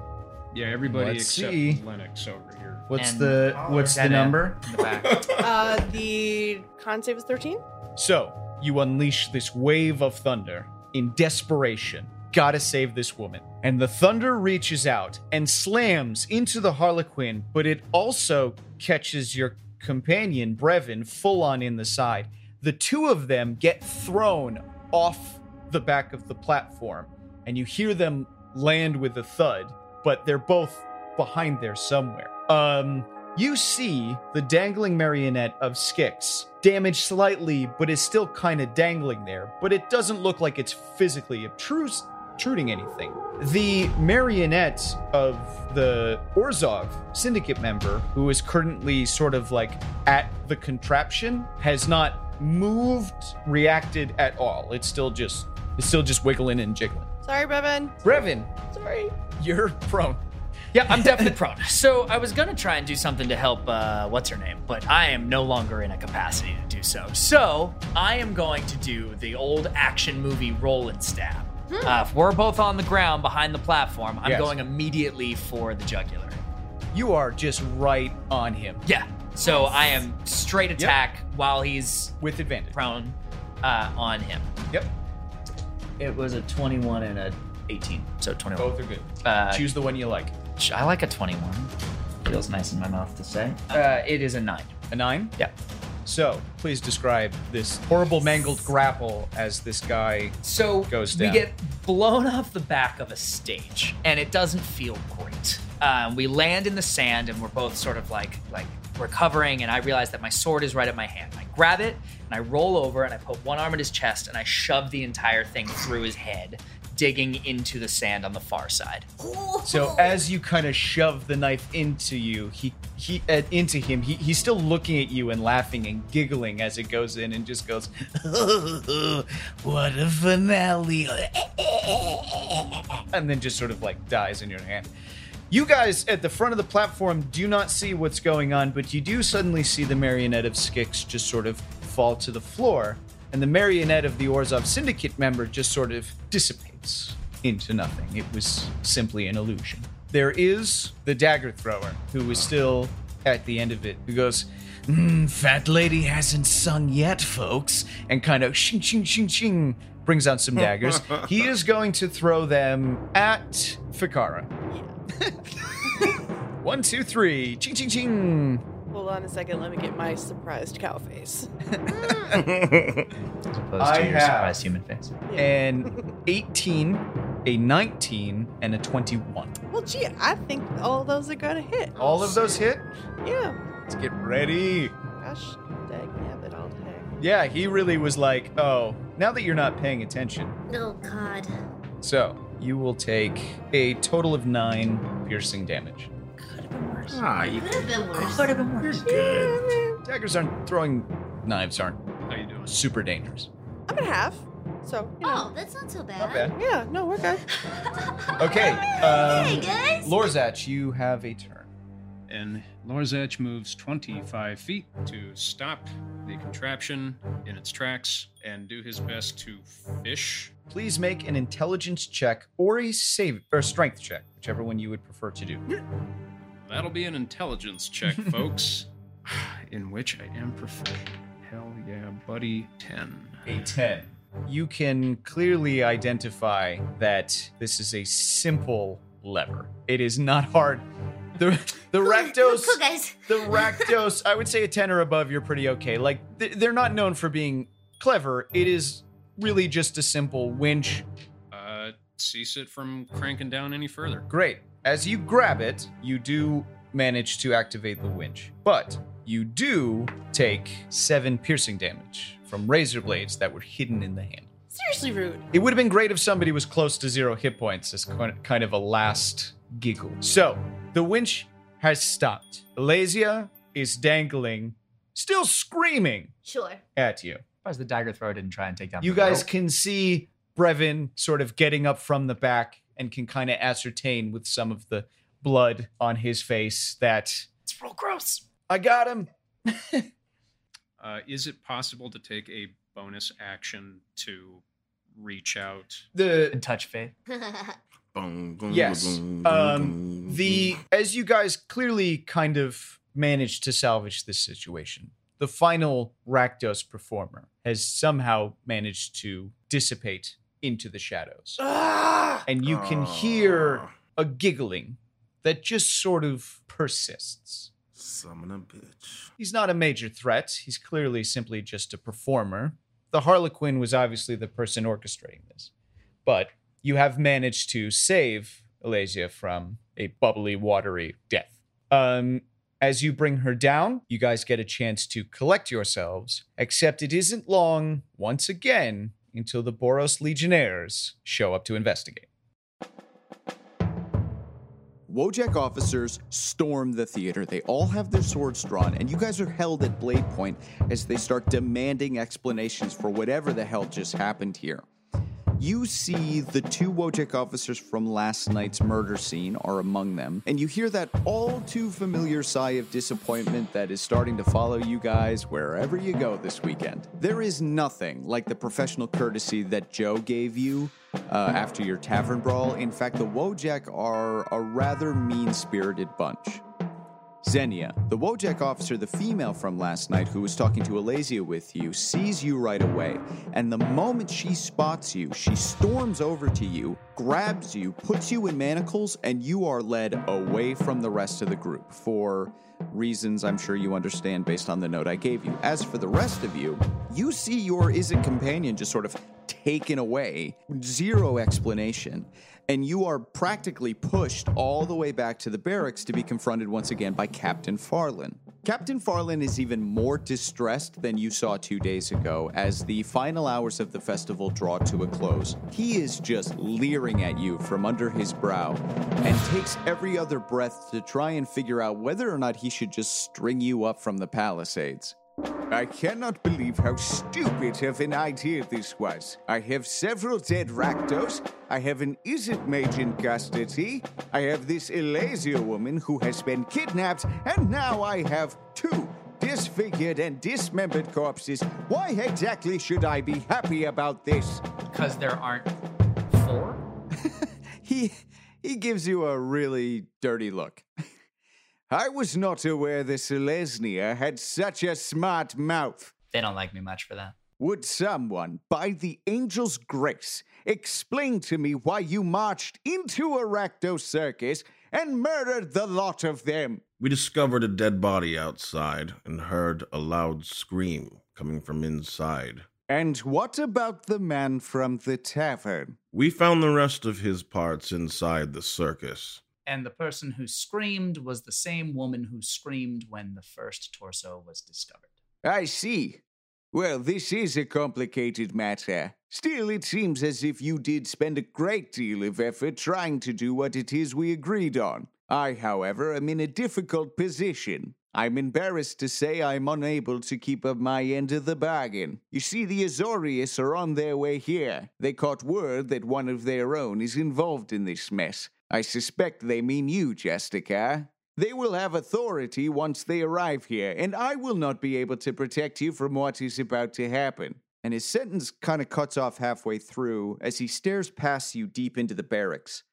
Yeah, everybody
Let's
except
see.
Lennox over here.
what's
And-
the what's the
Xenia
number?
In the back.
Uh, the con save is 13.
So, you unleash this wave of thunder in desperation. Gotta save this woman. And the thunder reaches out and slams into the Harlequin, but it also catches your companion, Brevin, full on in the side. The two of them get thrown off the back of the platform, and you hear them land with a thud, but they're both behind there somewhere. Um, you see the dangling marionette of Skix, damaged slightly, but is still kind of dangling there, but it doesn't look like it's physically obtruse, obtruding anything. The marionette of the Orzov syndicate member, who is currently sort of like at the contraption, has not moved, reacted at all. It's still just it's still just wiggling and jiggling.
Sorry, Brevin.
Brevin,
Sorry.
you're prone.
yeah, I'm definitely <laughs> prone. So I was gonna try and do something to help. Uh, what's her name? But I am no longer in a capacity to do so. So I am going to do the old action movie roll and stab.
Hmm.
Uh, if we're both on the ground behind the platform, I'm
Yes.
going immediately for the jugular.
You are just right on him
Yeah. So I am straight attack while he's
with advantage.
prone uh, on him.
Yep.
It was a 21 and a 18. So 21.
Both are good.
Uh,
Choose the one you like.
ch- I like a 21. Feels nice in my mouth to say. Uh, it is a 9.
A nine?
Yeah.
So please describe this horrible mangled grapple as this guy.
So
Goes
we
down.
get blown off the back of a stage, and it doesn't feel great. Um, we land in the sand, and we're both sort of like like recovering. And I realize that my sword is right at my hand. I grab it and I roll over, and I put one arm at his chest, and I shove the entire thing through his head, digging into the sand on the far side. <laughs>
So as you kind of shove the knife into you, he he uh, into him. He, he's still looking at you and laughing and giggling as it goes in and just goes, <laughs> "What a <laughs> finale!" and then just sort of like dies in your hand. You guys at the front of the platform do not see what's going on, but you do suddenly see the marionette of Skix just sort of fall to the floor, and the marionette of the Orzov Syndicate member just sort of dissipates into nothing. It was simply an illusion. There is the dagger thrower, who is still at the end of it, who goes, "Mm, Fat lady hasn't sung yet, folks, and kind of shing, shing, shing, shing, brings out some daggers. he is going to throw them at Fikara. One, two, three. Ching, ching, ching.
Hold on a second. Let me get my surprised cow face. <laughs>
As opposed
I
to your
have-
surprised human face.
An 18, a 19, and a 21.
Well, gee, I think all those are gonna hit.
All of those hit?
Yeah.
Let's get ready.
Gosh, dang it, I'll take.
Yeah, he really was like, oh, now that you're not paying attention.
Oh God.
So you will take a total of nine piercing damage.
Ah, you
Could have been worse.
have been worse.
good.
Daggers aren't throwing knives aren't
How you doing?
super dangerous.
I'm at half. So, you know.
Oh, that's not so bad.
Not bad.
Yeah, no, we're good.
Okay.
Hey
Um,
guys.
Lorzach, you have a turn.
And Lorzach moves 25 feet to stop the contraption in its tracks and do his best to fish.
Please make an intelligence check or a save or strength check, whichever one you would prefer to do.
That'll be an
<laughs>
intelligence check, folks, in which I am perfect. Hell yeah, buddy. 10.
A 10. You can clearly identify that this is a simple lever. It is not hard. The the
Cool,
Rakdos
Cool guys.
the Rakdos, I would say a 10 or above, you're pretty okay. Like, th- they're not known for being clever. It is really just a simple winch.
Uh, cease it from cranking down any further.
Great. As you grab it, you do manage to activate the winch, but you do take seven piercing damage from razor blades that were hidden in the hand.
Seriously rude.
It would have been great if somebody was close to zero hit points as qu- kind of a last giggle. So, the winch has stopped. Alasia is dangling, still screaming
Sure.
at you.
Surprised the dagger thrower didn't try and take down.
You
the
guys
girl.
can see Brevin sort of getting up from the back and can kind of ascertain with some of the blood on his face that
It's real gross.
I got him.
Uh, is it possible to take a bonus action to reach out?
The
And touch faith.
<laughs>
Boom, boom,
Yes.
boom, boom,
Um,
boom,
the
boom.
as you guys clearly kind of managed to salvage this situation. The final Rakdos performer has somehow managed to dissipate into the shadows.
Ah!
And you can hear a giggling that just sort of persists.
Summon a bitch.
He's not a major threat. He's clearly simply just a performer. The Harlequin was obviously the person orchestrating this. But you have managed to save Alasia from a bubbly, watery death. Um, as you bring her down, you guys get a chance to collect yourselves, except it isn't long, once again, until the Boros Legionnaires show up to investigate.
Wojak officers storm the theater. They all have their swords drawn, and you guys are held at blade point as they start demanding explanations for whatever the hell just happened here. You see the two Wojak officers from last night's murder scene are among them, and you hear that all too familiar sigh of disappointment that is starting to follow you guys wherever you go this weekend. There is nothing like the professional courtesy that Joe gave you uh, after your tavern brawl. In fact, the Wojak are a rather mean spirited bunch. Xenia, the Wojak officer, the female from last night who was talking to Alasia with you, sees you right away. And the moment she spots you, she storms over to you, grabs you, puts you in manacles, and you are led away from the rest of the group for reasons I'm sure you understand based on the note I gave you. As for the rest of you, you see your Izzet companion just sort of taken away, zero explanation, and you are practically pushed all the way back to the barracks to be confronted once again by Captain Farlin. Captain Farlin is even more distressed than you saw two days ago as the final hours of the festival draw to a close. He is just leering at you from under his brow and takes every other breath to try and figure out whether or not he should just string you up from the palisades.
I cannot believe how stupid of an idea this was. I have several dead Rakdos. I have an Izzet mage in custody. I have this Elasia woman who has been kidnapped, and now I have two disfigured and dismembered corpses. Why exactly should I be happy about this?
Because there aren't four?
He he gives you a really dirty look.
<laughs> I was not aware the Selesnia had such a smart mouth.
They don't like me much for that.
Would someone, by the angel's grace, explain to me why you marched into Arachno Circus and murdered the lot of them?
We discovered a dead body outside and heard a loud scream coming from inside.
And what about the man from the tavern?
We found the rest of his parts inside the circus.
And the person who screamed was the same woman who screamed when the first torso was discovered.
I see. Well, this is a complicated matter. Still, it seems as if you did spend a great deal of effort trying to do what it is we agreed on. I, however, am in a difficult position. I'm embarrassed to say I'm unable to keep up my end of the bargain. You see, the Azorius are on their way here. They caught word that one of their own is involved in this mess. I suspect they mean you, Jessica. They will have authority once they arrive here, and I will not be able to protect you from what is about to happen.
And his sentence kind of cuts off halfway through as he stares past you deep into the barracks.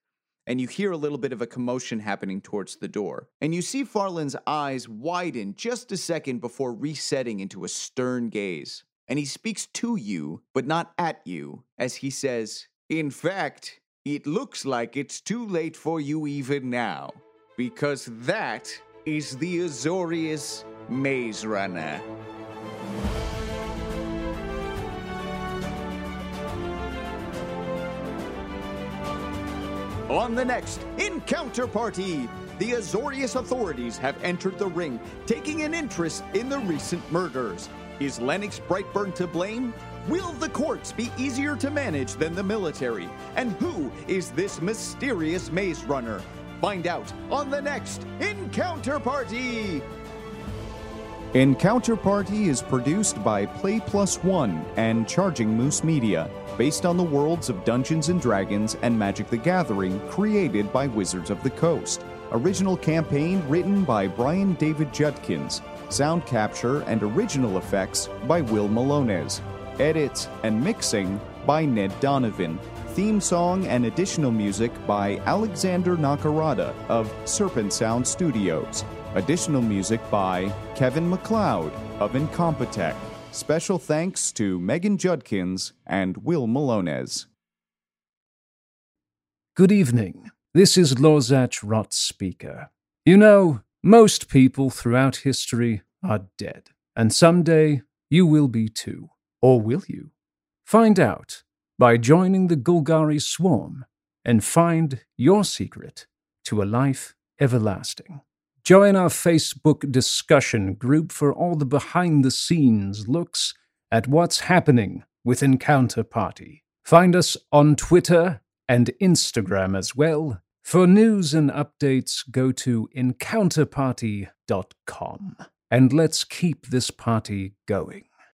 And you hear a little bit of a commotion happening towards the door. And you see Farland's eyes widen just a second before resetting into a stern gaze. And he speaks to you, but not at you, as he says,
In fact, it looks like it's too late for you even now, because that is the Azorius Maze Runner.
On the next Encounter Party, the Azorius authorities have entered the ring, taking an interest in the recent murders. Is Lennox Brightburn to blame? Will the courts be easier to manage than the military? And who is this mysterious maze runner? Find out on the next Encounter Party! Encounter Party is produced by Play Plus One and Charging Moose Media, based on the worlds of Dungeons and Dragons and Magic the Gathering created by Wizards of the Coast. Original campaign written by Brian David Judkins, sound capture and original effects by Will Malones, edits and mixing by Ned Donovan, theme song and additional music by Alexander Nakarada of Serpent Sound Studios. Additional music by Kevin McLeod of Incompetech. Special thanks to Megan Judkins and Will Malones.
Good evening. This is Lorzach Rot speaker. You know, most people throughout history are dead, and someday you will be too. Or will you? Find out by joining the Golgari swarm and find your secret to a life everlasting. Join our Facebook discussion group for all the behind the scenes looks at what's happening with Encounter Party. Find us on Twitter and Instagram as well. For news and updates, go to encounterparty.com. And let's keep this party going.